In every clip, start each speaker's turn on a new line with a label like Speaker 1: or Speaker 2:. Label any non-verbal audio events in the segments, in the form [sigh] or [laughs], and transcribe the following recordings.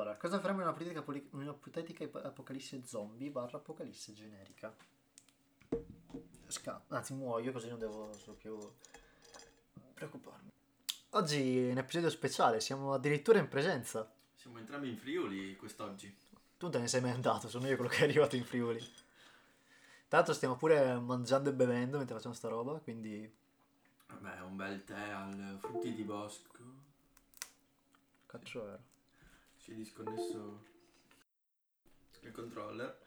Speaker 1: una ipotetica, poli- una ipotetica ip- apocalisse zombie barra apocalisse generica. Scappo, anzi muoio così non devo so più preoccuparmi. Oggi è un episodio speciale, siamo addirittura in presenza.
Speaker 2: Siamo entrambi in Friuli quest'oggi.
Speaker 1: Tu te ne sei mai andato, sono io quello che è arrivato in Friuli. Tra l'altro stiamo pure mangiando e bevendo mentre facciamo sta roba, quindi
Speaker 2: Vabbè, un bel tè al frutti di bosco.
Speaker 1: cazzo vero.
Speaker 2: Si è disconnesso il controller.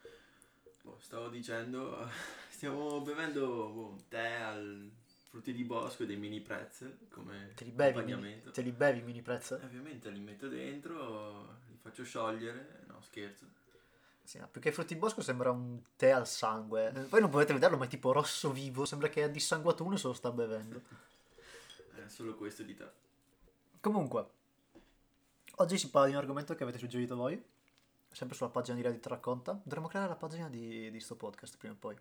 Speaker 2: Boh, stavo dicendo, [laughs] stiamo bevendo boh, un tè al frutti di bosco e dei mini pretzel come
Speaker 1: Te li bevi, i mini,
Speaker 2: accompagnamento.
Speaker 1: te li bevi i mini prezzo?
Speaker 2: E Ovviamente li metto dentro, li faccio sciogliere. No, scherzo.
Speaker 1: Sì, ma più che frutti bosco sembra un tè al sangue. Eh, Voi non potete vederlo, ma è tipo rosso vivo, sembra che è dissanguato uno e se lo sta bevendo.
Speaker 2: È Eh, solo questo di tè.
Speaker 1: Comunque, oggi si parla di un argomento che avete suggerito voi, sempre sulla pagina di Reddit racconta. Dovremmo creare la pagina di, di sto podcast prima o poi.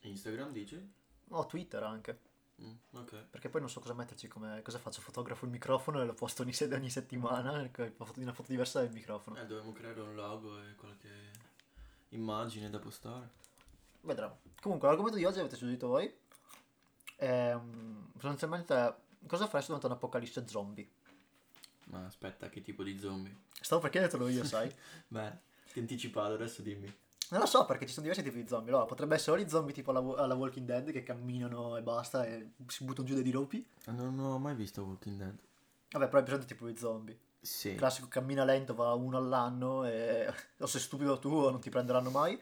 Speaker 2: Instagram dice?
Speaker 1: O Twitter anche,
Speaker 2: Mm, ok.
Speaker 1: perché poi non so cosa metterci come... Cosa faccio? Fotografo il microfono e lo posto ogni, sed- ogni settimana, [laughs] ecco, una foto- una foto diversa del microfono.
Speaker 2: Eh, dovremmo creare un logo e qualche immagine da postare.
Speaker 1: Vedremo. Comunque, l'argomento di oggi avete suggerito voi. Ehm, sostanzialmente, cosa faresti durante un'apocalisse zombie?
Speaker 2: Ma aspetta, che tipo di zombie?
Speaker 1: Stavo per chiedertelo io,
Speaker 2: [laughs]
Speaker 1: sai?
Speaker 2: Beh, ti anticipato, adesso dimmi.
Speaker 1: Non lo so perché ci sono diversi tipi di zombie. Allora, potrebbe essere o gli zombie tipo alla, Wa- alla Walking Dead che camminano e basta e si buttano giù dai diropi.
Speaker 2: Non ho mai visto Walking Dead.
Speaker 1: Vabbè, però è presente tipo di zombie.
Speaker 2: Sì.
Speaker 1: Il classico cammina lento, va uno all'anno e o sei stupido tu o non ti prenderanno mai.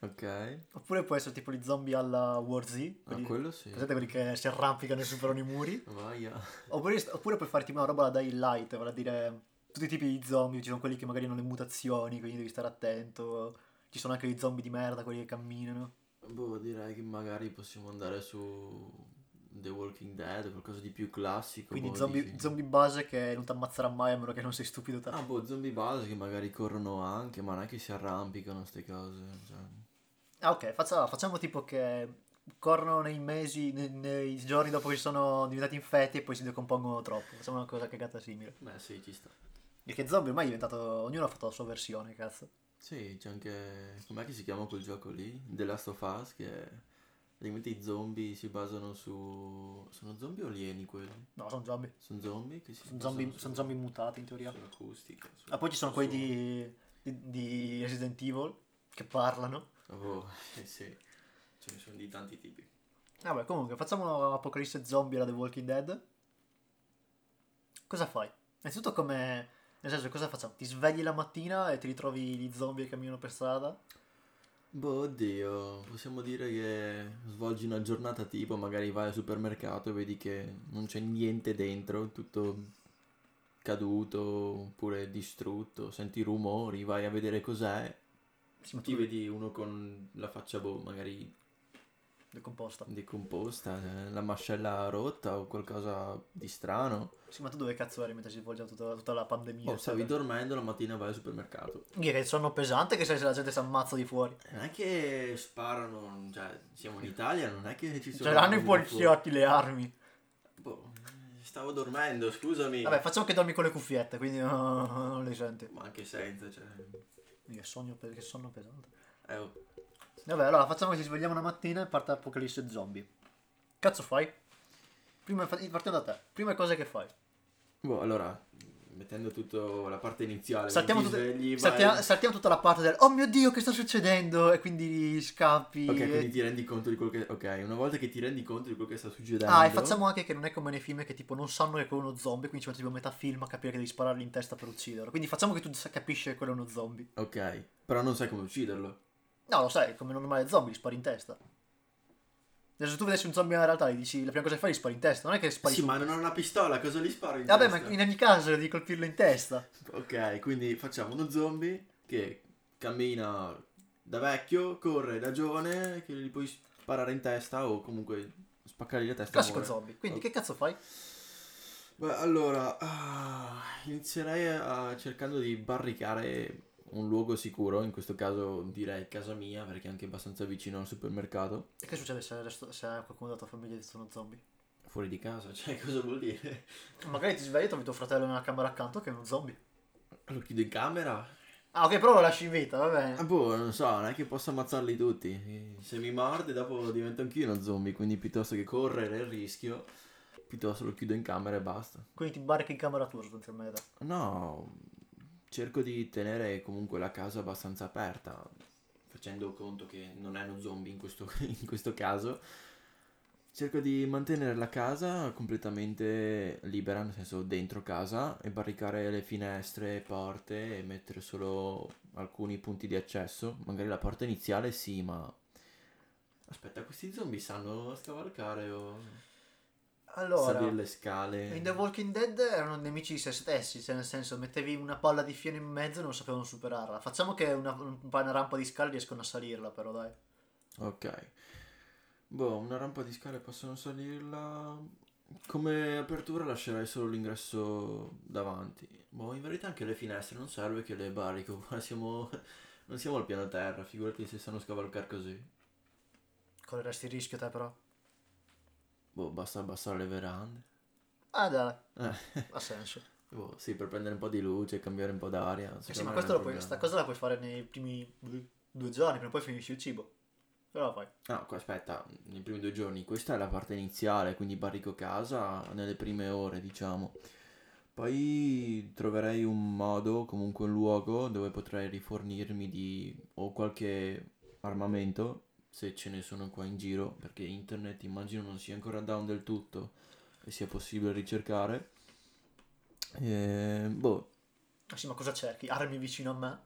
Speaker 2: ok.
Speaker 1: Oppure può essere tipo gli zombie alla War Z.
Speaker 2: Ma
Speaker 1: Quelli...
Speaker 2: quello sì.
Speaker 1: Presente quelli che si arrampicano e superano i muri.
Speaker 2: Vaia.
Speaker 1: Oppure, oppure puoi farti una roba da Dying Light, vale a dire tutti i tipi di zombie, ci sono quelli che magari hanno le mutazioni, quindi devi stare attento. Ci sono anche gli zombie di merda, quelli che camminano.
Speaker 2: Boh, direi che magari possiamo andare su The Walking Dead, qualcosa di più classico.
Speaker 1: Quindi
Speaker 2: boh,
Speaker 1: zombie,
Speaker 2: dici.
Speaker 1: zombie base che non ti ammazzerà mai a meno che non sei stupido te.
Speaker 2: Ah, boh, zombie base che magari corrono anche, ma non è che si arrampicano, queste cose. cioè.
Speaker 1: Ah ok, faccia- facciamo tipo che corrono nei mesi, ne- nei, giorni dopo che sono diventati infetti e poi si decompongono troppo. Facciamo una cosa cagata simile.
Speaker 2: Beh, sì, ci sta.
Speaker 1: Perché zombie ormai è diventato... ognuno ha fatto la sua versione, cazzo.
Speaker 2: Sì, c'è anche. Com'è che si chiama quel gioco lì? The Last of Us, che praticamente i zombie si basano su. Sono zombie o alieni quelli?
Speaker 1: No, sono zombie.
Speaker 2: Sono zombie che si
Speaker 1: Sono zombie,
Speaker 2: basano su-
Speaker 1: sono zombie mutati in teoria.
Speaker 2: sull'acustica. su-
Speaker 1: Ah, poi ci sono quelli
Speaker 2: su-
Speaker 1: di, di- di Resident Evil che parlano.
Speaker 2: Oh, [laughs] eh sì, ce ne sono di tanti tipi.
Speaker 1: Vabbè, comunque, facciamo un'apocalisse zombie alla The Walking Dead. Cosa fai? Innanzitutto come... Nel senso, cosa facciamo? Ti svegli la mattina e ti ritrovi gli zombie che camminano per strada?
Speaker 2: Boh, oddio, possiamo dire che svolgi una giornata tipo, magari vai al supermercato e vedi che non c'è niente dentro, tutto caduto oppure distrutto, senti i rumori, vai a vedere cos'è,
Speaker 1: Sì, ma
Speaker 2: ti
Speaker 1: tu
Speaker 2: vedi uno con la faccia boh, magari
Speaker 1: decomposta.
Speaker 2: decomposta, eh, la mascella rotta o qualcosa di strano.
Speaker 1: Sì, ma tu dove cazzo eri mentre si svolgeva tutta, tutta la pandemia?
Speaker 2: Oh, stavi
Speaker 1: eccetera?
Speaker 2: dormendo, la mattina vai al supermercato.
Speaker 1: Mica che sonno pesante che sai se la gente si ammazza di fuori.
Speaker 2: Non è che sparano, cioè, siamo in Italia, non è che ci sono...
Speaker 1: Ce l'hanno Cioè, i
Speaker 2: armi da fuoco.
Speaker 1: poliziotti le armi.
Speaker 2: Boh, stavo dormendo, scusami.
Speaker 1: Vabbè, facciamo che dormi con le cuffiette, quindi [laughs] no, non le senti.
Speaker 2: Ma anche senza, cioè.
Speaker 1: Che sogno pe- che sonno pesante.
Speaker 2: Eh, oh.
Speaker 1: Vabbè, allora facciamo che ci svegliamo una mattina e parte l'apocalisse zombie. Cazzo fai? Prima, fa- partiamo da te. Prima cosa che fai?
Speaker 2: Boh, allora, mettendo tutto la parte iniziale,
Speaker 1: Saltiamo,
Speaker 2: ti
Speaker 1: tutte-
Speaker 2: svegli,
Speaker 1: saltia-
Speaker 2: vai.
Speaker 1: saltiamo tutta la parte del Oh mio Dio, che sta succedendo? E quindi scappi.
Speaker 2: Ok,
Speaker 1: e-
Speaker 2: quindi ti rendi conto di quello che... Ok, una volta che ti rendi conto di quello che sta succedendo...
Speaker 1: Ah, e facciamo anche che non è come nei film che tipo non sanno che quello è uno zombie, quindi ci mette tipo metà film a capire che devi sparargli in testa per ucciderlo. Quindi facciamo che tu sa- capisci che quello è uno zombie.
Speaker 2: Ok, però non sai come ucciderlo.
Speaker 1: No, lo sai, come un normale zombie, gli spari in testa. Adesso se tu vedessi un zombie in realtà, gli dici la prima cosa che fai gli spari in testa, non è che spari...
Speaker 2: Sì, ma non ho una pistola, cosa gli sparo in
Speaker 1: Vabbè,
Speaker 2: testa?
Speaker 1: ma in ogni caso devi colpirlo in testa.
Speaker 2: Ok, quindi facciamo uno zombie che cammina da vecchio, corre da giovane, che gli puoi sparare in testa o comunque spaccargli la testa. e
Speaker 1: Classico
Speaker 2: muore.
Speaker 1: zombie. Quindi
Speaker 2: Ok.
Speaker 1: che cazzo fai?
Speaker 2: Beh, allora, ah, inizierei a- cercando di barricare un luogo sicuro, in questo caso direi casa mia, perché è anche abbastanza vicino al supermercato.
Speaker 1: E che succede se, resto- se qualcuno della tua famiglia ti sono zombie?
Speaker 2: Fuori di casa, [laughs] cioè cosa vuol dire?
Speaker 1: Magari ti svegli e trovi tuo fratello nella camera accanto che è uno zombie.
Speaker 2: Lo chiudo in camera,
Speaker 1: Ah, ok, però lo lasci in vita, va
Speaker 2: Ah,
Speaker 1: bene.
Speaker 2: boh, non so, non è che posso ammazzarli tutti. Se mi morde, dopo divento anch'io uno zombie. Quindi piuttosto che correre il rischio, piuttosto lo chiudo in camera e basta.
Speaker 1: Quindi ti barchi in camera tua, sostanzialmente.
Speaker 2: No, cerco di tenere comunque la casa abbastanza aperta. Facendo conto che non è uno zombie in questo, [laughs] in questo caso. Cerco di mantenere la casa completamente libera, nel senso dentro casa, e barricare le finestre e porte e mettere solo alcuni punti di accesso. Magari la porta iniziale sì, ma... Aspetta, questi zombie sanno scavalcare o
Speaker 1: Allora,
Speaker 2: salire le scale?
Speaker 1: in The Walking Dead erano nemici di se stessi, cioè nel senso mettevi una palla di fieno in mezzo e non sapevano superarla. Facciamo che una, un po' una rampa di scale riescono a salirla, però dai.
Speaker 2: Ok. Boh, una rampa di scale possono salirla. Come apertura lascerai solo l'ingresso davanti. Boh, in verità anche le finestre non serve che le barrico. [laughs] Qua siamo... Non siamo al piano terra, figurati se sanno scavalcare così.
Speaker 1: Correresti il rischio te però.
Speaker 2: Boh, basta abbassare le verande.
Speaker 1: Ah dai,
Speaker 2: Eh,
Speaker 1: ha
Speaker 2: [laughs]
Speaker 1: senso.
Speaker 2: boh, sì, per prendere un po' di luce, cambiare un po' d'aria.
Speaker 1: Eh
Speaker 2: secondo
Speaker 1: sì, ma
Speaker 2: me non
Speaker 1: questo
Speaker 2: è
Speaker 1: lo
Speaker 2: un
Speaker 1: puoi,
Speaker 2: problema.
Speaker 1: sta cosa la puoi fare nei primi due giorni, prima o poi finisci il cibo. Però la fai.
Speaker 2: No, qua- Ah, aspetta, nei primi due giorni, questa è la parte iniziale, quindi barrico casa nelle prime ore, diciamo. Poi troverei un modo, comunque un luogo dove potrei rifornirmi di o qualche armamento, se ce ne sono qua in giro, perché internet immagino non sia ancora down del tutto e sia possibile ricercare. E, boh,
Speaker 1: Ah sì, ma cosa cerchi? Armi vicino a me?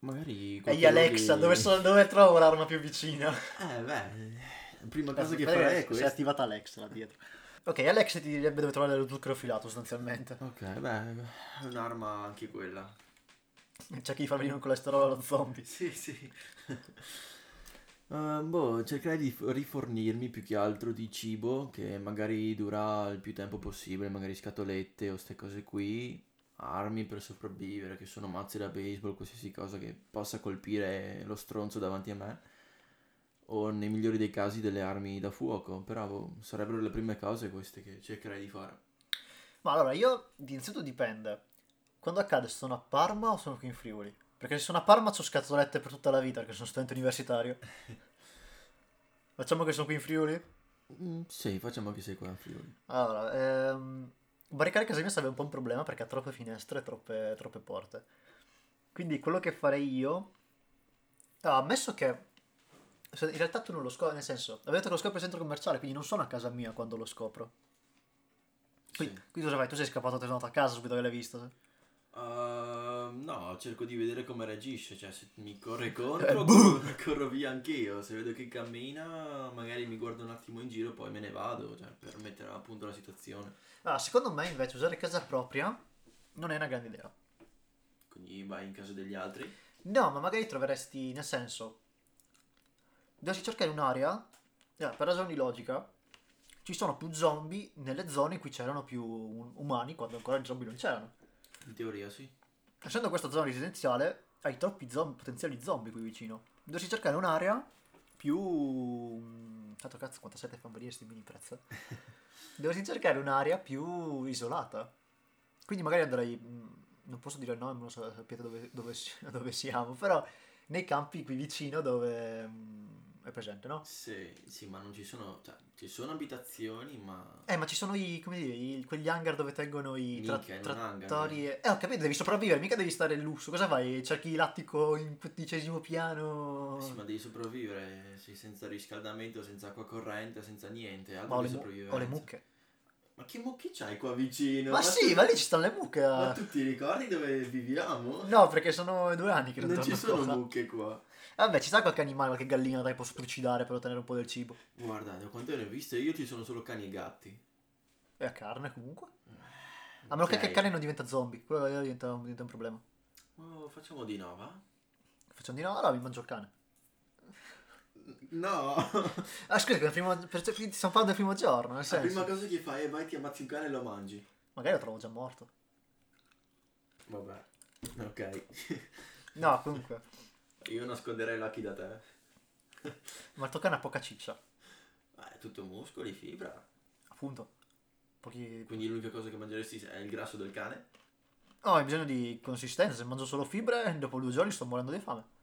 Speaker 2: magari...
Speaker 1: Ehi
Speaker 2: qualche
Speaker 1: Alexa,
Speaker 2: luogo
Speaker 1: dove,
Speaker 2: di-
Speaker 1: sono- dove trovo l'arma più vicina?
Speaker 2: Eh beh, prima cosa che
Speaker 1: Aspetta
Speaker 2: farei è
Speaker 1: si è
Speaker 2: questa.
Speaker 1: attivata Alexa là dietro. Ok, Alexa ti direbbe dove trovare lo zucchero filato sostanzialmente. [laughs]
Speaker 2: Ok, beh, è un'arma anche quella. [laughs]
Speaker 1: Cerchi di far venire un colesterolo allo zombie.
Speaker 2: Sì, sì. boh, cercherai di f- rifornirmi più che altro di cibo che magari dura il più tempo possibile, magari scatolette o ste cose qui, armi per sopravvivere, che sono mazzi da baseball, qualsiasi cosa che possa colpire lo stronzo davanti a me, o nei migliori dei casi delle armi da fuoco, però boh, sarebbero le prime cose queste che cercherei di fare.
Speaker 1: Ma allora, io innanzitutto dipende. Quando accade, se sono a Parma o sono qui in Friuli? Perché se sono a Parma ho scatolette per tutta la vita, perché sono studente
Speaker 2: [laughs]
Speaker 1: universitario. Facciamo che sono qui in Friuli?
Speaker 2: Mm, sì, facciamo che sei qua a Friuli.
Speaker 1: Allora, ehm, barricare casa mia sarebbe un po' un problema perché ha troppe finestre e troppe, troppe porte. Quindi quello che farei io... Ah, ammesso che... se- In realtà tu non lo scopri, nel senso, avevo detto che lo scopri al centro commerciale, quindi non sono a casa mia quando lo scopro. Quindi,
Speaker 2: Sì.
Speaker 1: quindi cosa fai? Tu sei scappato e sei tornato a casa subito che l'hai visto?
Speaker 2: Ehm, no, cerco di vedere come reagisce, cioè se
Speaker 1: [laughs]
Speaker 2: mi corre contro, corro, corro via anch'io, se vedo che cammina magari mi guardo un attimo in giro poi me ne vado, cioè, per mettere a punto la situazione.
Speaker 1: Ah, secondo me invece usare casa propria non è una grande idea.
Speaker 2: Quindi vai in casa degli altri.
Speaker 1: No, ma magari troveresti, nel senso, dovresti cercare un'area, eh, per ragioni di logica, ci sono più zombie nelle zone in cui c'erano più um- umani quando ancora i zombie non c'erano.
Speaker 2: In teoria sì.
Speaker 1: Essendo questa zona residenziale, hai troppi zombie, potenziali zombie qui vicino. Dovresti cercare un'area più... Tanto cazzo, quanta sete fanno venire sti mini prezzi. Dovresti cercare un'area più isolata. Quindi magari andrei... mh, Non posso dire il nome, non so- sapete dove, dove si- [laughs] dove siamo, però nei campi qui vicino dove mh, è presente, no?
Speaker 2: Sì, sì, ma non ci sono, cioè, ci sono abitazioni, ma...
Speaker 1: Eh, ma ci sono i, come dire, i- quegli hangar dove tengono i tra-
Speaker 2: Minchia, in un
Speaker 1: trattori. e- Eh, ho capito, devi sopravvivere, mica devi stare in lusso. Cosa fai? Cerchi l'attico in quindicesimo piano.
Speaker 2: Eh Sì, ma devi sopravvivere, sei senza riscaldamento, senza acqua corrente, senza niente,
Speaker 1: Ma
Speaker 2: altro
Speaker 1: ho
Speaker 2: che
Speaker 1: le, mu-
Speaker 2: sopravvivenza.
Speaker 1: ho le mucche.
Speaker 2: Ma che mucche c'hai qua vicino?
Speaker 1: Ma, sì,
Speaker 2: tu-
Speaker 1: ma lì ci stanno le mucche. eh.
Speaker 2: Ma tu ti ricordi dove viviamo?
Speaker 1: No, perché sono due anni che non,
Speaker 2: Non ci
Speaker 1: torno
Speaker 2: sono
Speaker 1: qua.
Speaker 2: mucche qua.
Speaker 1: Vabbè, ci sta qualche animale, qualche gallina dai, posso trucidare per ottenere un po' del cibo.
Speaker 2: Guarda, da quante ne ho viste io ci sono solo cani e gatti.
Speaker 1: E a carne comunque. A meno che
Speaker 2: Eh, Ok.
Speaker 1: che il cane non diventa zombie, quello là diventa, diventa un problema.
Speaker 2: Oh, facciamo di no, va?
Speaker 1: Facciamo di no, allora mi mangio il cane.
Speaker 2: No!
Speaker 1: Ah, scusa, che è il primo- per- stiamo parlando del primo giorno, nel
Speaker 2: La
Speaker 1: senso.
Speaker 2: Ah, prima cosa che fai è vai ti ammazzi un cane e lo mangi.
Speaker 1: Magari lo trovo già morto.
Speaker 2: Vabbè. Ok.
Speaker 1: No, comunque.
Speaker 2: Io nasconderei Lucky da te.
Speaker 1: Ma il tuo cane ha poca ciccia,
Speaker 2: Ma è tutto muscoli, fibra.
Speaker 1: appunto. Pochi...
Speaker 2: Quindi l'unica cosa che mangeresti è il grasso del cane.
Speaker 1: No, hai bisogno di consistenza. Se mangio solo fibre, dopo due giorni sto morendo di fame.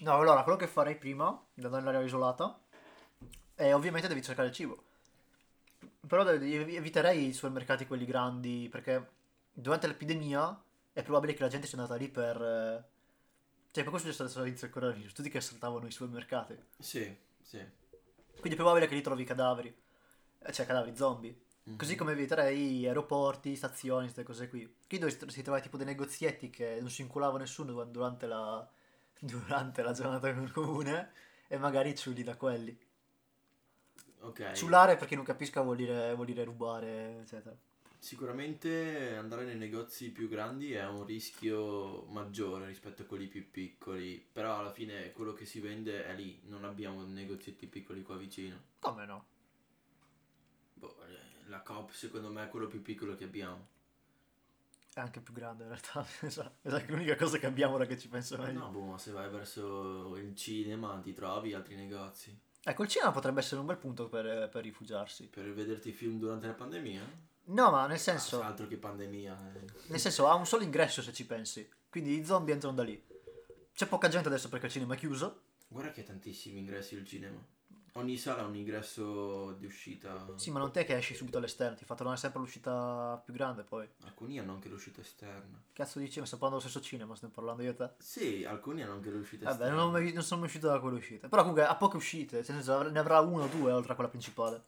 Speaker 1: No, allora, quello che farei prima, da andare all'aria isolata, è ovviamente devi cercare il cibo. Però devi- evi- eviterei i supermercati quelli grandi, perché durante l'epidemia è probabile che la gente sia andata lì per... eh, Cioè, per questo è successo all'inizio del coronavirus, tutti che assaltavano i supermercati.
Speaker 2: Sì, sì.
Speaker 1: Quindi è probabile che lì trovi cadaveri, Eh, cioè cadaveri zombie. Così come eviterei aeroporti, stazioni, queste cose qui. Qui dove si tro- si trovava tipo dei negozietti che non si inculava nessuno du- durante la, [laughs] durante la giornata comune e magari ciulli da quelli.
Speaker 2: Ok.
Speaker 1: Ciulare per chi non capisca vuol dire, vuol dire rubare, eccetera.
Speaker 2: Sicuramente andare nei negozi più grandi è un rischio maggiore rispetto a quelli più piccoli, però alla fine quello che si vende è lì, non abbiamo negozietti piccoli qua vicino.
Speaker 1: Come no?
Speaker 2: Boh, eh, la Coop secondo me è quello più piccolo che abbiamo.
Speaker 1: È anche più grande in realtà. [laughs] Esatto, esatto, l'unica cosa che abbiamo ora che ci penso meglio.
Speaker 2: No, boh, ma se vai verso il cinema ti trovi altri negozi.
Speaker 1: Ecco, il cinema potrebbe essere un bel punto per, per rifugiarsi.
Speaker 2: Per vederti film durante la pandemia?
Speaker 1: No, ma nel
Speaker 2: Ah,
Speaker 1: senso,
Speaker 2: altro che pandemia. eh.
Speaker 1: nel senso ha un solo ingresso se ci pensi. Quindi i zombie entrano da lì. C'è poca gente adesso perché il cinema è chiuso.
Speaker 2: Guarda che ha tantissimi ingressi il cinema. Ogni sala ha un ingresso di uscita.
Speaker 1: Sì, ma non te che esci subito all'esterno, ti fa tornare sempre all'uscita più grande poi.
Speaker 2: Alcuni hanno anche l'uscita esterna.
Speaker 1: Cazzo dici, ma sto parlando dello stesso cinema, stiamo parlando io e te.
Speaker 2: Sì, alcuni hanno anche l'uscita
Speaker 1: Vabbè,
Speaker 2: esterna.
Speaker 1: non, ho mai vi- non sono mai uscito da quelle uscite. Però comunque ha poche uscite, nel senso av- ne avrà una o due oltre a quella principale.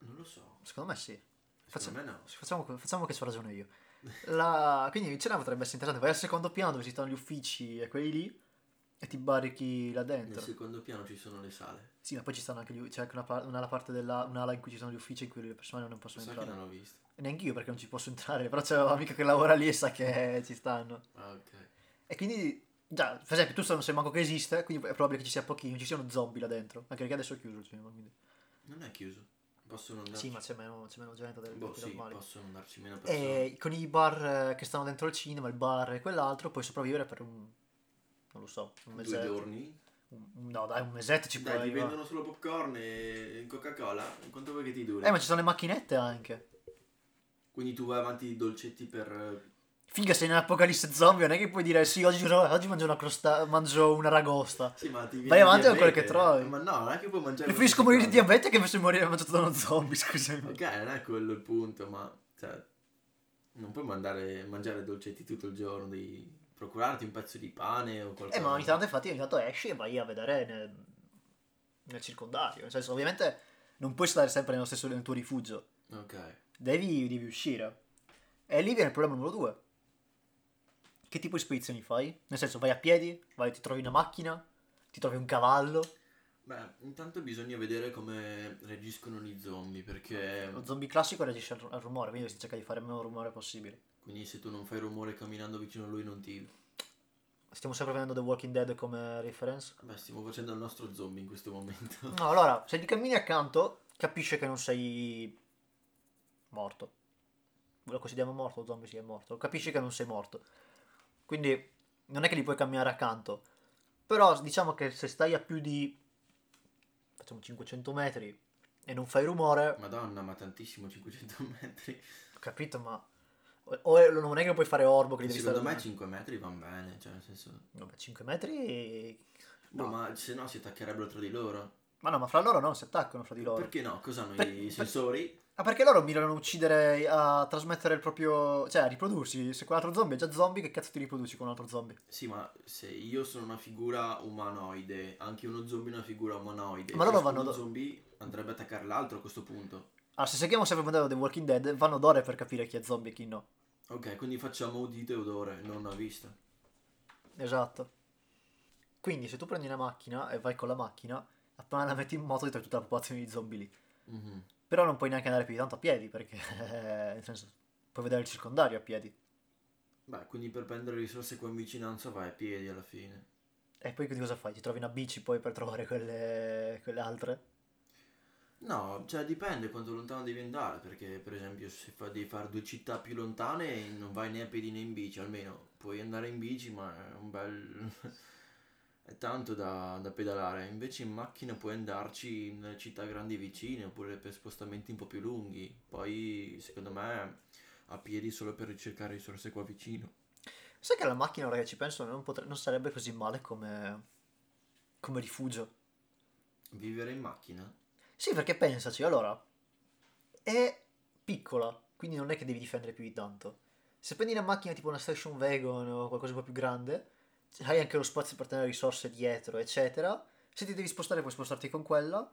Speaker 2: Non lo so.
Speaker 1: Secondo me sì.
Speaker 2: Secondo
Speaker 1: Facciamo,
Speaker 2: me no.
Speaker 1: facciamo, facciamo che ci ho ragione io. La- Quindi il cinema potrebbe essere interessante, vai al secondo piano dove ci stanno gli uffici e quelli lì e ti barrichi là
Speaker 2: Nel
Speaker 1: dentro.
Speaker 2: secondo piano ci sono le sale.
Speaker 1: Sì, ma poi ci stanno anche gli, c'è anche una, par- una parte della, un'ala in cui ci sono gli uffici in cui le persone non possono
Speaker 2: Sai che
Speaker 1: entrare.
Speaker 2: non l'ho visto.
Speaker 1: Neanche io perché non ci posso entrare, però c'è l'amico che lavora lì e sa che ci stanno.
Speaker 2: Ah, ok.
Speaker 1: E quindi, già, per esempio, tu non sai manco che esiste, quindi è probabile che ci sia pochino, ci siano zombie là dentro. Anche perché adesso è chiuso il cinema, quindi.
Speaker 2: Non è chiuso. Possono andare.
Speaker 1: Sì, ma Eh, c'è meno, c'è meno gente delle
Speaker 2: Esatto. boh,
Speaker 1: dei
Speaker 2: sì,
Speaker 1: normali.
Speaker 2: possono andarci meno persone.
Speaker 1: E con i bar eh, che stanno dentro il cinema, il bar e quell'altro, puoi sopravvivere per un... non lo so, un
Speaker 2: Due
Speaker 1: mesetto.
Speaker 2: giorni.
Speaker 1: Un- no, dai, un mesetto certo. ci
Speaker 2: Dai,
Speaker 1: puoi
Speaker 2: ti
Speaker 1: arrivare.
Speaker 2: vendono solo popcorn e Coca-Cola. Quanto vuoi che ti duri?
Speaker 1: Eh, ma ci sono le macchinette anche.
Speaker 2: Quindi tu vai avanti i dolcetti per. eh,
Speaker 1: Figa, sei in apocalisse zombie, non è che puoi dire sì, oggi, oggi mangio una crosta... mangio una ragosta.
Speaker 2: Sì, ma ti viene
Speaker 1: Vai
Speaker 2: il
Speaker 1: avanti con
Speaker 2: diabete.
Speaker 1: quel che trovi.
Speaker 2: Ma no, non è che puoi mangiare.
Speaker 1: Preferisco
Speaker 2: qualsiasi
Speaker 1: morire di
Speaker 2: cosa.
Speaker 1: diabete che invece di morire mangiato da uno zombie, [laughs] scusami.
Speaker 2: Ok, non è quello il punto, ma. Cioè, non puoi mandare, mangiare dolcetti tutto il giorno. Devi procurarti un pezzo di pane o qualcosa.
Speaker 1: Eh, ma ogni tanto infatti ogni tanto esci e vai a vedere nel, nel circondario. Nel senso, ovviamente non puoi stare sempre nello stesso nel tuo rifugio.
Speaker 2: Ok.
Speaker 1: Devi, devi uscire. E lì viene il problema numero due. Che tipo di spedizioni fai? Nel senso, vai a piedi, vai, ti trovi una macchina, ti trovi un cavallo.
Speaker 2: Beh, intanto bisogna vedere come reagiscono gli zombie, perché
Speaker 1: Lo zombie classico reagisce al, al rumore, quindi si cerca di fare il meno rumore possibile.
Speaker 2: quindi se tu non fai rumore camminando vicino a lui non ti...
Speaker 1: Stiamo sempre prendendo The Walking Dead come reference.
Speaker 2: Beh, stiamo facendo il nostro zombie in questo momento. [laughs]
Speaker 1: No, allora, se ti cammini accanto, capisce che non sei morto. Lo consideriamo morto, lo zombie si è morto. Capisci che non sei morto. Quindi non è che li puoi camminare accanto. Però diciamo che se stai a più di facciamo 500 metri e non fai rumore,
Speaker 2: Madonna, ma tantissimo, 500 metri.
Speaker 1: ho capito, ma o, o è- non è che puoi fare orbo che li devi
Speaker 2: Secondo
Speaker 1: stare
Speaker 2: me 5 metri vanno bene, cioè nel senso...
Speaker 1: Vabbè, 5 metri
Speaker 2: Boh, ma se no si attaccherebbero tra di loro.
Speaker 1: Ma no, ma fra loro no, si attaccano fra di loro.
Speaker 2: Perché no? Cos'hanno
Speaker 1: Per-
Speaker 2: i
Speaker 1: per-
Speaker 2: sensori?
Speaker 1: Ma perché loro mirano a uccidere, a trasmettere il proprio. cioè a riprodursi? Se quell'altro zombie è già zombie, che cazzo ti riproduci con un altro zombie?
Speaker 2: Sì, ma se io sono una figura umanoide, anche uno zombie è una figura umanoide.
Speaker 1: Ma loro
Speaker 2: ciascuno
Speaker 1: vanno do-
Speaker 2: zombie andrebbe a attaccare l'altro a questo punto.
Speaker 1: Allora, Ah, se seguiamo sempre il modello dei Walking Dead, vanno d'ore per capire chi è zombie e chi no.
Speaker 2: Ok, quindi facciamo udito e odore, non a vista.
Speaker 1: Esatto. Quindi, se tu prendi una macchina e vai con la macchina, appena la metti in moto, ti trovi tutta la popolazione di zombie lì.
Speaker 2: Mhm.
Speaker 1: Però non puoi neanche andare più di tanto a piedi, perché. [laughs] nel senso, puoi vedere il circondario a piedi.
Speaker 2: Beh, quindi per prendere risorse qua in vicinanza vai a piedi alla fine.
Speaker 1: E poi quindi cosa fai? Ti trovi una bici poi per trovare quelle. quelle altre?
Speaker 2: No, cioè dipende quanto lontano devi andare, perché per esempio se fa- devi fare due città più lontane non vai né a piedi né in bici, almeno puoi andare in bici ma è un bel... [laughs] è tanto da, da pedalare, invece in macchina puoi andarci in città grandi vicine oppure per spostamenti un po' più lunghi, poi secondo me a piedi solo per ricercare risorse qua vicino.
Speaker 1: Sai che la macchina, ora che ci penso, non, potre- non sarebbe così male come... come rifugio.
Speaker 2: Vivere in macchina?
Speaker 1: Sì, perché pensaci, allora, è piccola, quindi non è che devi difendere più di tanto. Se prendi una macchina tipo una station wagon o qualcosa un po' più grande, hai anche lo spazio per tenere risorse dietro, eccetera. Se ti devi spostare puoi spostarti con quella.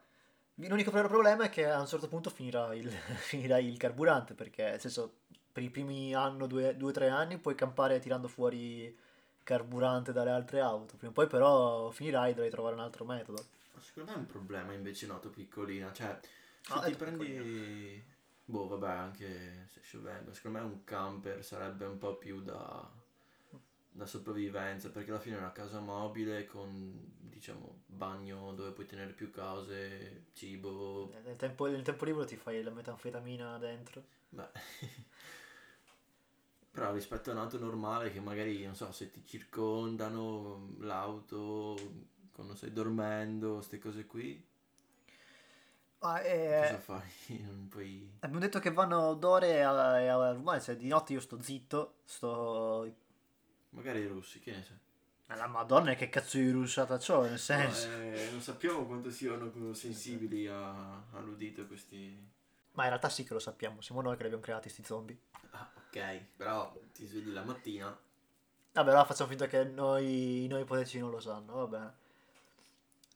Speaker 1: L'unico vero problema è che a un certo punto finirà il, [laughs] finirà il carburante, perché nel senso, per i primi anno, due, due o tre anni, puoi campare tirando fuori carburante dalle altre auto. Prima o poi però finirai, dovrai trovare un altro metodo.
Speaker 2: Ma Secondo me è un problema invece noto piccolina, cioè se
Speaker 1: Ah,
Speaker 2: ti
Speaker 1: ecco,
Speaker 2: prendi... Boh vabbè anche se scegliendo, secondo me un camper sarebbe un po' più da, da sopravvivenza perché alla fine è una casa mobile con diciamo bagno dove puoi tenere più cose, cibo,
Speaker 1: Nel tempo, nel tempo libero ti fai la metanfetamina dentro.
Speaker 2: Beh. [laughs] Però rispetto a un'auto normale che magari, non so, se ti circondano l'auto quando stai dormendo, queste cose qui,
Speaker 1: Ah,
Speaker 2: cosa
Speaker 1: eh,
Speaker 2: fai? [laughs] Non puoi...
Speaker 1: abbiamo detto che vanno d'ore a, a rumore, cioè di notte io sto zitto, sto...
Speaker 2: Magari i russi, che ne sai?
Speaker 1: La madonna che cazzo di rusciata c'ho, nel
Speaker 2: No,
Speaker 1: senso.
Speaker 2: eh, non sappiamo quanto siano sensibili a- all'udito questi...
Speaker 1: Ma in realtà sì che lo sappiamo, siamo noi che li abbiamo creati sti zombie.
Speaker 2: Ah, ok, però ti svegli la mattina.
Speaker 1: Vabbè, allora facciamo finta che noi, i noi ipotetici non lo sanno, va bene.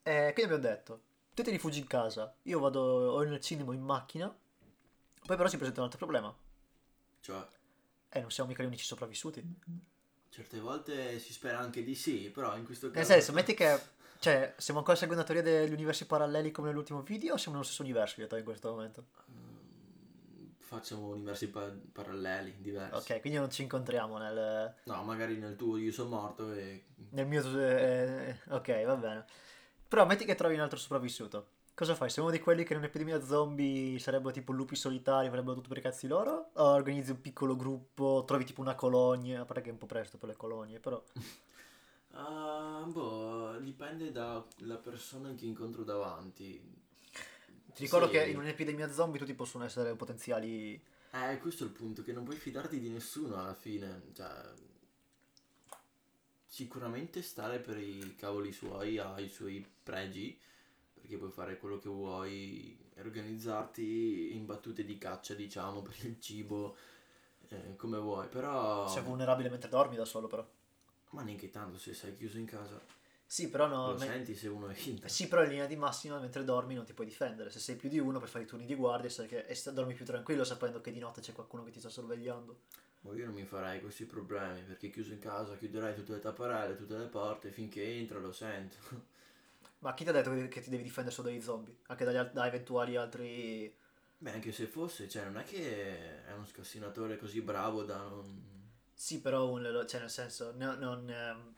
Speaker 1: Eh, quindi abbiamo detto, tu ti rifugi in casa, io vado o nel cinema o in macchina, poi però si presenta un altro problema.
Speaker 2: Cioè,
Speaker 1: Eh, non siamo mica gli unici sopravvissuti.
Speaker 2: certe volte si spera anche di sì, però in questo caso...
Speaker 1: Nel senso, metti che. Cioè, siamo ancora seguendo la teoria degli universi paralleli come nell'ultimo video o siamo nello stesso universo in realtà in questo momento?
Speaker 2: Mm, Facciamo universi pa- paralleli, diversi.
Speaker 1: Ok, quindi non ci incontriamo nel,
Speaker 2: No, magari nel tuo io sono morto e...
Speaker 1: nel mio... eh, ok, va bene. Però metti che trovi un altro sopravvissuto. Cosa fai? Sei uno di quelli che in un'epidemia zombie sarebbero tipo lupi solitari, farebbero tutto per i cazzi loro? O organizzi un piccolo gruppo, trovi tipo una colonia, a parte che è un po' presto per le colonie, però...
Speaker 2: Ah, boh, dipende dalla persona che incontro davanti.
Speaker 1: Ti ricordo
Speaker 2: Sì.
Speaker 1: che in un'epidemia zombie tutti possono essere potenziali...
Speaker 2: Eh, questo è il punto, che non puoi fidarti di nessuno alla fine. Cioè, sicuramente stare per i cavoli suoi ha i suoi pregi, perché puoi fare quello che vuoi, e organizzarti in battute di caccia, diciamo, [laughs] per il cibo, eh, come vuoi. Però...
Speaker 1: Sei vulnerabile mentre dormi da solo però.
Speaker 2: Ma neanche tanto se sei chiuso in casa.
Speaker 1: Sì, però no...
Speaker 2: Lo
Speaker 1: me-
Speaker 2: senti se uno è finta.
Speaker 1: Sì, però in linea di massima mentre dormi non ti puoi difendere. Se sei più di uno puoi fare i turni di guardia sai che- e se dormi più tranquillo sapendo che di notte c'è qualcuno che ti sta sorvegliando.
Speaker 2: Ma io non mi farei questi problemi perché chiuso in casa chiuderai tutte le tapparelle, tutte le porte finché entro lo sento. [laughs]
Speaker 1: Ma chi ti ha detto che, che ti devi difendere solo dagli zombie? Anche dagli al- da eventuali altri...
Speaker 2: Beh, anche se fosse, cioè, non è che è uno scassinatore così bravo da non.
Speaker 1: Sì, però un- cioè, nel senso no- non, ehm,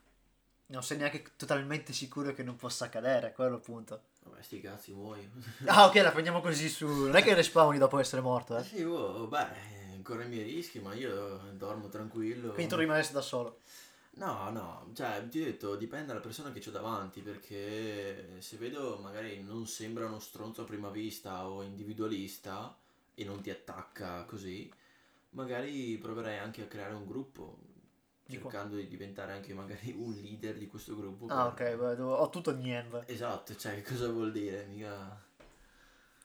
Speaker 1: non sei neanche totalmente sicuro che non possa cadere, quello è il punto.
Speaker 2: Vabbè, sti cazzi muoio.
Speaker 1: Ah ok, la prendiamo così su... Non è che respawni dopo essere morto,
Speaker 2: Eh
Speaker 1: eh.
Speaker 2: sì, oh, beh, ancora i miei rischi, ma io dormo tranquillo.
Speaker 1: Quindi tu rimanesti da solo.
Speaker 2: No, no, cioè, ti ho detto, dipende dalla persona che ho davanti, perché se vedo magari non sembra uno stronzo a prima vista o individualista e non ti attacca così, magari proverei anche a creare un gruppo,
Speaker 1: Di qua.
Speaker 2: cercando di diventare anche magari un leader di questo gruppo.
Speaker 1: Ah
Speaker 2: per-
Speaker 1: ok, beh, devo- ho tutto niente.
Speaker 2: Esatto, cioè, che cosa vuol dire? Mica...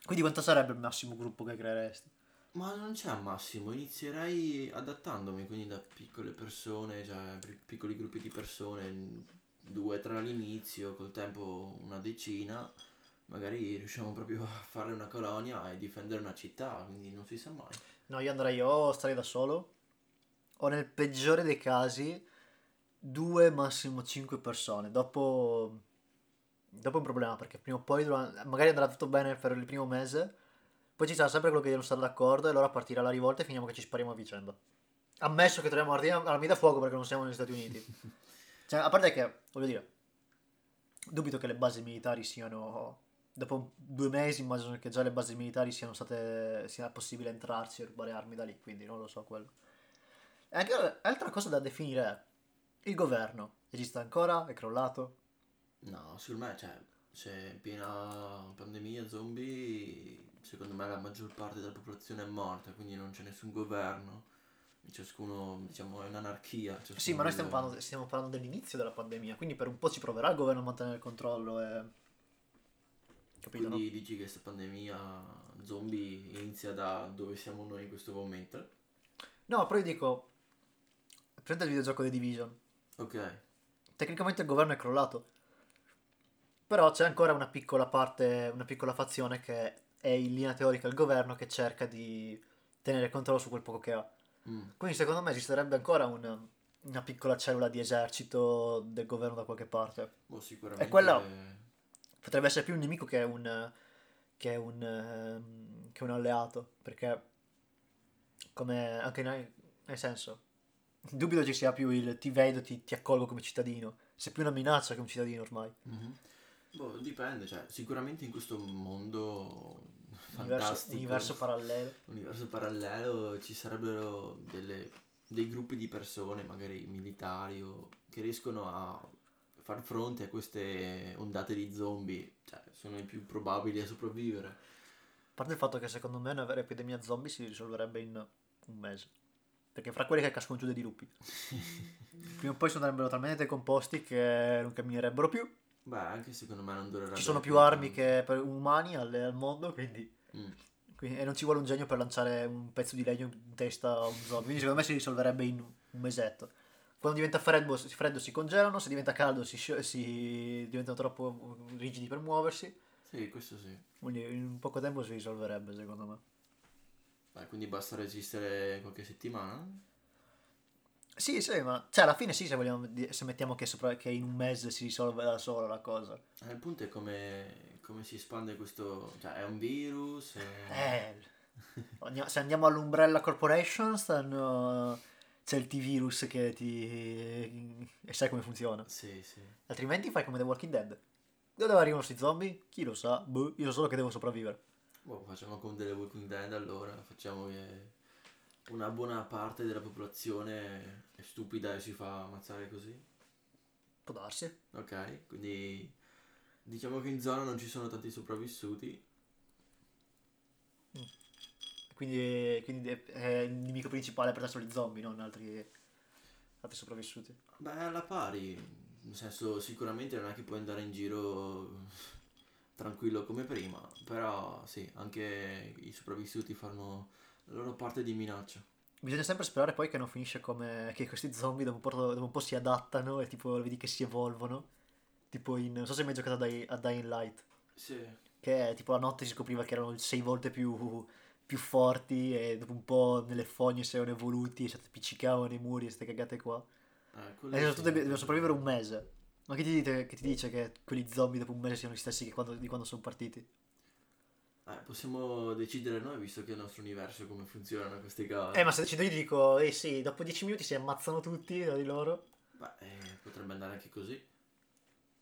Speaker 1: Quindi quanto sarebbe il massimo gruppo che creeresti?
Speaker 2: Ma non c'è un massimo, inizierei adattandomi, quindi da piccole persone, cioè pi- piccoli gruppi di persone, due, tre all'inizio, col tempo una decina, magari riusciamo proprio a fare una colonia e difendere una città, quindi non si sa mai.
Speaker 1: No, io andrei o starei da solo, o nel peggiore dei casi, due, massimo cinque persone. Dopo, dopo è un problema, perché prima o poi, durante- magari andrà tutto bene per il primo mese, poi ci sarà sempre quello che non sarà d'accordo, e allora partirà la rivolta e finiamo che ci spariamo a vicenda. Ammesso che troviamo armi, armi da fuoco perché non siamo negli Stati Uniti. cioè, a parte che, voglio dire, dubito che le basi militari siano dopo un- due mesi immagino che già le basi militari siano state sia possibile entrarci e rubare armi da lì quindi non lo so quello e anche altra cosa da definire è il governo esiste ancora è crollato
Speaker 2: No, secondo me, cioè, se è in piena pandemia zombie, secondo me la maggior parte della popolazione è morta, quindi non c'è nessun governo. Ciascuno, diciamo, è un'anarchia. ciascuno
Speaker 1: Sì, ma noi stiamo
Speaker 2: vive-
Speaker 1: parlando, stiamo parlando dell'inizio della pandemia, quindi per un po' ci proverà il governo a mantenere il controllo e... Capito,
Speaker 2: Quindi dici che questa pandemia zombie inizia da dove siamo noi in questo momento?
Speaker 1: no? No, però io dico... Prende il videogioco di Division.
Speaker 2: Ok,
Speaker 1: Tecnicamente il governo è crollato. Però c'è ancora una piccola parte, una piccola fazione che è in linea teorica il governo che cerca di tenere controllo su quel poco che ha.
Speaker 2: Mm.
Speaker 1: Quindi secondo me esisterebbe ancora un- una piccola cellula di esercito del governo da qualche parte.
Speaker 2: boh, sicuramente.
Speaker 1: E quello- potrebbe essere più un nemico che un, che un, ehm, che un alleato, perché come anche nel, nel senso, dubito ci sia più il ti vedo, ti, ti accolgo come cittadino, sei più una minaccia che un cittadino ormai.
Speaker 2: Mhm. Boh, dipende, cioè, sicuramente in questo mondo
Speaker 1: Universo,
Speaker 2: fantastico,
Speaker 1: universo parallelo.
Speaker 2: universo parallelo, ci sarebbero delle- dei gruppi di persone, magari militari, o, che riescono a far fronte a queste ondate di zombie, cioè, sono i più probabili a sopravvivere.
Speaker 1: A parte il fatto che secondo me una vera epidemia zombie si risolverebbe in un mese. Perché fra quelli che cascano giù dei lupi, prima o poi si andrebbero talmente decomposti che non camminerebbero più.
Speaker 2: Beh, anche secondo me non durerà.
Speaker 1: Ci sono più armi che per umani al, al mondo, quindi
Speaker 2: Mm.
Speaker 1: Quindi- e non ci vuole un genio per lanciare un pezzo di legno in testa a un zombie. Quindi secondo me si risolverebbe in un mesetto. Quando diventa freddo, si- freddo si congelano, se diventa caldo si, scio- si diventano troppo rigidi per muoversi.
Speaker 2: Sì, questo sì.
Speaker 1: Quindi in poco tempo si risolverebbe secondo me.
Speaker 2: Beh, quindi basta resistere qualche settimana?
Speaker 1: Sì, sì, ma cioè alla fine sì, se, vogliamo di- se mettiamo che, sopra- che in un mese si risolve da sola la cosa.
Speaker 2: Eh, Il punto è come, come si espande questo... Cioè, è un virus? È...
Speaker 1: Eh, ogni- se andiamo all'Umbrella Corporation stanno- c'è il T-Virus che ti... e sai come funziona.
Speaker 2: Sì, sì.
Speaker 1: Altrimenti fai come The Walking Dead. Da Dove arrivano questi zombie? Chi lo sa? Boh, io so solo che devo sopravvivere.
Speaker 2: Boh, facciamo con delle Walking Dead allora, facciamo che una buona parte della popolazione è stupida e si fa ammazzare così.
Speaker 1: Può darsi.
Speaker 2: Ok, quindi diciamo che in zona non ci sono tanti sopravvissuti.
Speaker 1: Mm. Quindi, quindi è- è il nemico principale per adesso gli zombie, non altri, altri sopravvissuti.
Speaker 2: Beh, alla pari, nel senso sicuramente non è che puoi andare in giro tranquillo come prima, però sì, anche i sopravvissuti fanno la loro parte di minaccia.
Speaker 1: Bisogna sempre sperare poi che non finisce come che questi zombie dopo un po', dopo un po' si adattano e tipo vedi che si evolvono. Tipo in... Non so se hai mai giocato a Dy- a Dying Light.
Speaker 2: Sì.
Speaker 1: Che tipo la notte si scopriva che erano sei volte più, più forti e dopo un po' nelle fogne si erano evoluti e si appiccicavano nei muri e queste cagate qua.
Speaker 2: Eh, quello
Speaker 1: E
Speaker 2: sì.
Speaker 1: soprattutto devono sopravvivere un mese. Ma chi ti, dite- che ti dice che quelli zombie dopo un mese siano gli stessi che quando- di quando sono partiti?
Speaker 2: Eh, possiamo decidere noi, visto che è il nostro universo, come funzionano queste cose.
Speaker 1: Eh, ma se decido io ti dico, eh sì, dopo 10 minuti si ammazzano tutti tra di loro.
Speaker 2: Beh, eh, potrebbe andare anche così.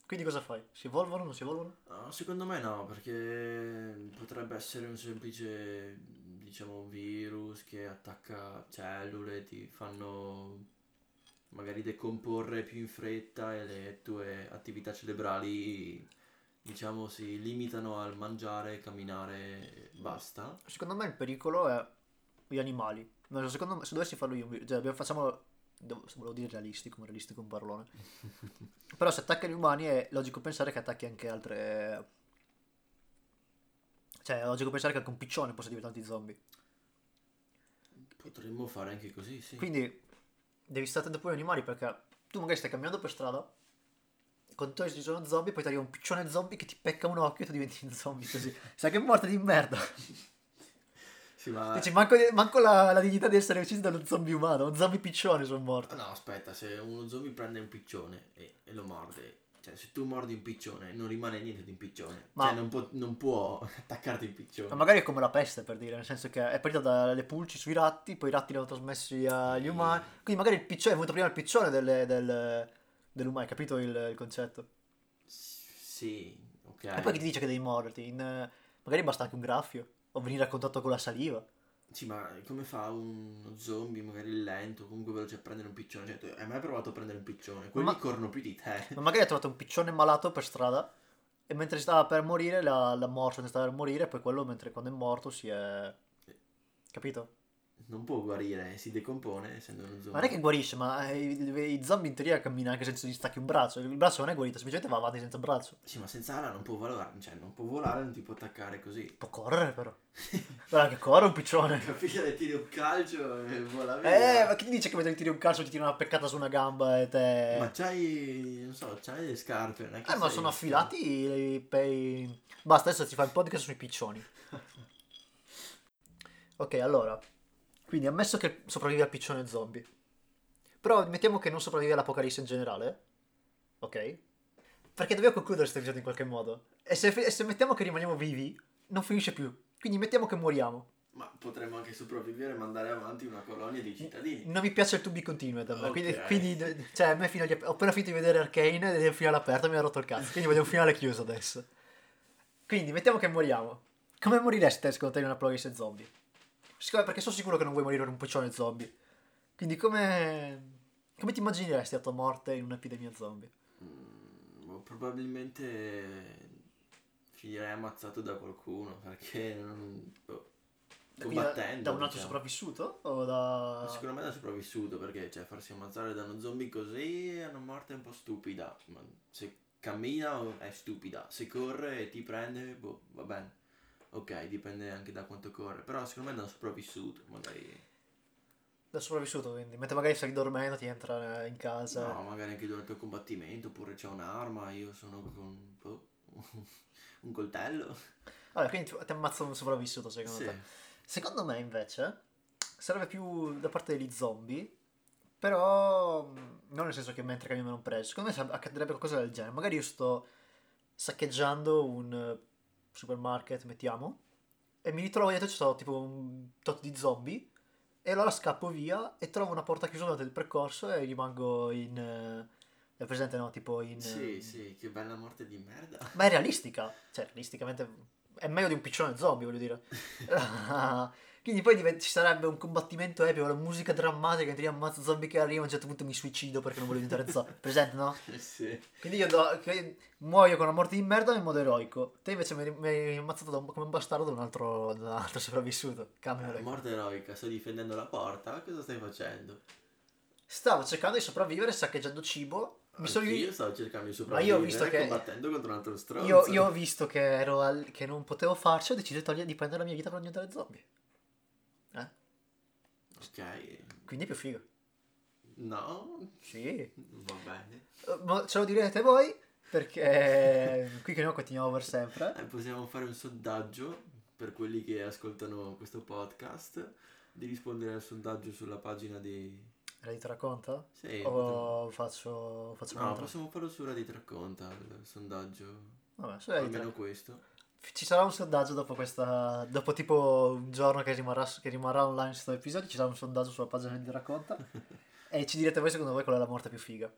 Speaker 1: Quindi cosa fai? Si evolvono? Non si evolvono?
Speaker 2: No, secondo me no, perché potrebbe essere un semplice, diciamo, virus che attacca cellule, ti fanno magari decomporre più in fretta e le tue attività cerebrali, diciamo, si limitano al mangiare, camminare e basta.
Speaker 1: Secondo me il pericolo è gli animali. Ma secondo me, se dovessi farlo io, cioè dobbiamo- facciamolo, devo- volevo dire realistico, ma realistico è un parolone. Però se attacca gli umani è logico pensare che attacchi anche altre... Cioè è logico pensare che anche un piccione possa diventare anti-zombie.
Speaker 2: Potremmo fare anche così, sì.
Speaker 1: Quindi devi stare attento pure agli animali perché tu magari stai camminando per strada, con te ci sono zombie, poi ti arriva un piccione zombie che ti pecca un occhio e tu diventi un zombie così. Sai che morte di merda.
Speaker 2: Sì, ma...
Speaker 1: Dici, manco, manco la, la dignità di essere ucciso da uno zombie umano, un zombie piccione sono morto.
Speaker 2: No, aspetta, se uno zombie prende un piccione e, e lo morde, cioè se tu mordi un piccione non rimane niente di un piccione,
Speaker 1: Ma-
Speaker 2: cioè non può, non può [laughs] attaccarti il
Speaker 1: Ma
Speaker 2: piccione.
Speaker 1: magari è come la peste per dire, nel senso che è partita dalle pulci sui ratti, poi i ratti li hanno trasmessi agli umani. Quindi magari il piccione è venuto prima il piccione del, del, dell'umano, hai capito il, il concetto?
Speaker 2: Sì, ok.
Speaker 1: E poi chi ti dice che devi morderti? In, eh, magari basta anche un graffio, o venire a contatto con la saliva.
Speaker 2: Sì, ma come fa uno zombie, magari lento, comunque veloce a prendere un piccione? Cioè, tu hai mai provato a prendere un piccione? Quelli
Speaker 1: Ma-
Speaker 2: corrono più di te. [laughs]
Speaker 1: Ma magari ha trovato un piccione malato per strada e mentre stava per morire l'ha, l'ha morso, mentre stava per morire, poi quello mentre quando è morto si è... capito?
Speaker 2: non può guarire, si decompone essendo uno zombie.
Speaker 1: Ma non è che guarisce, ma eh, i, i zombie in teoria cammina anche senza gli stacchi un braccio. Il braccio non è guarito, semplicemente va avanti senza braccio.
Speaker 2: Sì, ma senza ala non può volare, cioè non può volare, non ti può attaccare così. [laughs]
Speaker 1: Può correre [laughs] però. Guarda che corre un piccione.
Speaker 2: Capire, tiri un calcio e vola
Speaker 1: Eh,
Speaker 2: via.
Speaker 1: ma chi ti dice che mentre ti tiri un calcio ti tira una peccata su una gamba e te...
Speaker 2: Ma c'hai, non so, c'hai le scarpe. non è che
Speaker 1: Eh, ma
Speaker 2: sei-
Speaker 1: sono affilati i pei... Basta, adesso si fa il podcast sui piccioni. ok, allora. Quindi, ammesso che sopravvivi al piccione zombie. Però mettiamo che non sopravvivi all'apocalisse in generale. Ok? Perché dobbiamo concludere questo episodio in qualche modo. E se, e se mettiamo che rimaniamo vivi, non finisce più. Quindi mettiamo che moriamo.
Speaker 2: Ma potremmo anche sopravvivere e mandare avanti una colonia di cittadini.
Speaker 1: Non mi piace il to be continued. a me. Quindi,
Speaker 2: Ok.
Speaker 1: quindi, cioè, a me fino agli- ho appena finito di vedere Arcane ed è un finale aperto, mi ha rotto il cazzo. Quindi voglio un finale chiuso adesso. Quindi, mettiamo che moriamo. Come morireste secondo te in una playlist zombie? Siccome perché sono sicuro che non vuoi morire in un piccione zombie. Quindi come... Come ti immagineresti la tua morte in un'epidemia zombie?
Speaker 2: Mm, probabilmente finirei ammazzato da qualcuno perché non... boh,
Speaker 1: Quindi da-
Speaker 2: combattendo.
Speaker 1: Da un altro
Speaker 2: diciamo.
Speaker 1: sopravvissuto? O da...
Speaker 2: Sicuramente è sopravvissuto perché cioè, farsi ammazzare da uno zombie così è una morte un po' stupida. Ma se cammina oh, è stupida, se corre e ti prende, boh, va bene. Ok, dipende anche da quanto corre, però secondo me da un sopravvissuto, magari...
Speaker 1: Da sopravvissuto, quindi. Mentre magari stai dormendo ti entra eh, in casa.
Speaker 2: No, magari anche durante il combattimento, oppure c'è un'arma, io sono con boh, [laughs] un coltello.
Speaker 1: Allora, quindi ti ti ammazza un sopravvissuto secondo
Speaker 2: Sì.
Speaker 1: te? Secondo me invece sarebbe più da parte degli zombie, però mh, non nel senso che mentre camminano non preso. Secondo me sab- accadrebbe qualcosa del genere. Magari io sto saccheggiando un eh, supermarket, mettiamo, e mi ritrovo dietro ci sono tipo un tot di zombie, e allora scappo via e trovo una porta chiusa durante il percorso e rimango in... eh, È presente no? Tipo in...
Speaker 2: Sì,
Speaker 1: eh,
Speaker 2: sì, che bella morte di merda. [laughs]
Speaker 1: ma è realistica, cioè realisticamente è meglio di un piccione zombie, voglio dire. Quindi poi divent- ci sarebbe un combattimento epico, la musica drammatica, entri ammazzo zombie che arriva, a un certo punto mi suicido perché non voglio diventare zombie. [laughs] Presente, no?
Speaker 2: sì.
Speaker 1: Quindi io do- che- muoio con una morte di merda in modo eroico. Te invece mi, mi hai ammazzato da un- come un bastardo da un altro, da un altro sopravvissuto. Cambio
Speaker 2: Eh,
Speaker 1: eroico.
Speaker 2: Morte eroica, sto difendendo la porta, cosa stai facendo?
Speaker 1: Stavo cercando di sopravvivere saccheggiando cibo. Mi sono
Speaker 2: Anch'io stavo cercando di
Speaker 1: Ma io ho
Speaker 2: sopravvivere
Speaker 1: visto che-
Speaker 2: combattendo contro un altro stronzo.
Speaker 1: Io, io ho visto che, ero al- che non potevo farci, ho deciso di, togliere- di prendere la mia vita per non diventare zombie. Eh?
Speaker 2: Ok,
Speaker 1: Quindi è più figo.
Speaker 2: no,
Speaker 1: Sì. Eh,
Speaker 2: va bene.
Speaker 1: Ma ce lo direte voi perché qui che noi continuiamo per sempre.
Speaker 2: Eh, possiamo fare un sondaggio per quelli che ascoltano questo podcast, di rispondere al sondaggio sulla pagina di...
Speaker 1: Reddit racconta?
Speaker 2: Sì, potremmo-
Speaker 1: O faccio, faccio
Speaker 2: No,
Speaker 1: un'altra?
Speaker 2: possiamo farlo su Reddit Racconta, il sondaggio,
Speaker 1: Vabbè, su Reddit.
Speaker 2: almeno questo.
Speaker 1: Ci sarà un sondaggio dopo questa. Dopo tipo un giorno che rimarrà, che rimarrà online questo episodio, ci sarà un sondaggio sulla pagina di
Speaker 2: [laughs]
Speaker 1: racconta. e ci direte voi secondo voi qual è la morte più figa.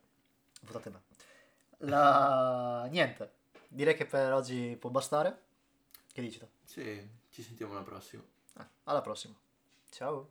Speaker 1: Votate me. La... Niente. Direi che per oggi può bastare. Che dici? tu?
Speaker 2: Sì, ci sentiamo alla prossima.
Speaker 1: Ah, alla prossima. Ciao.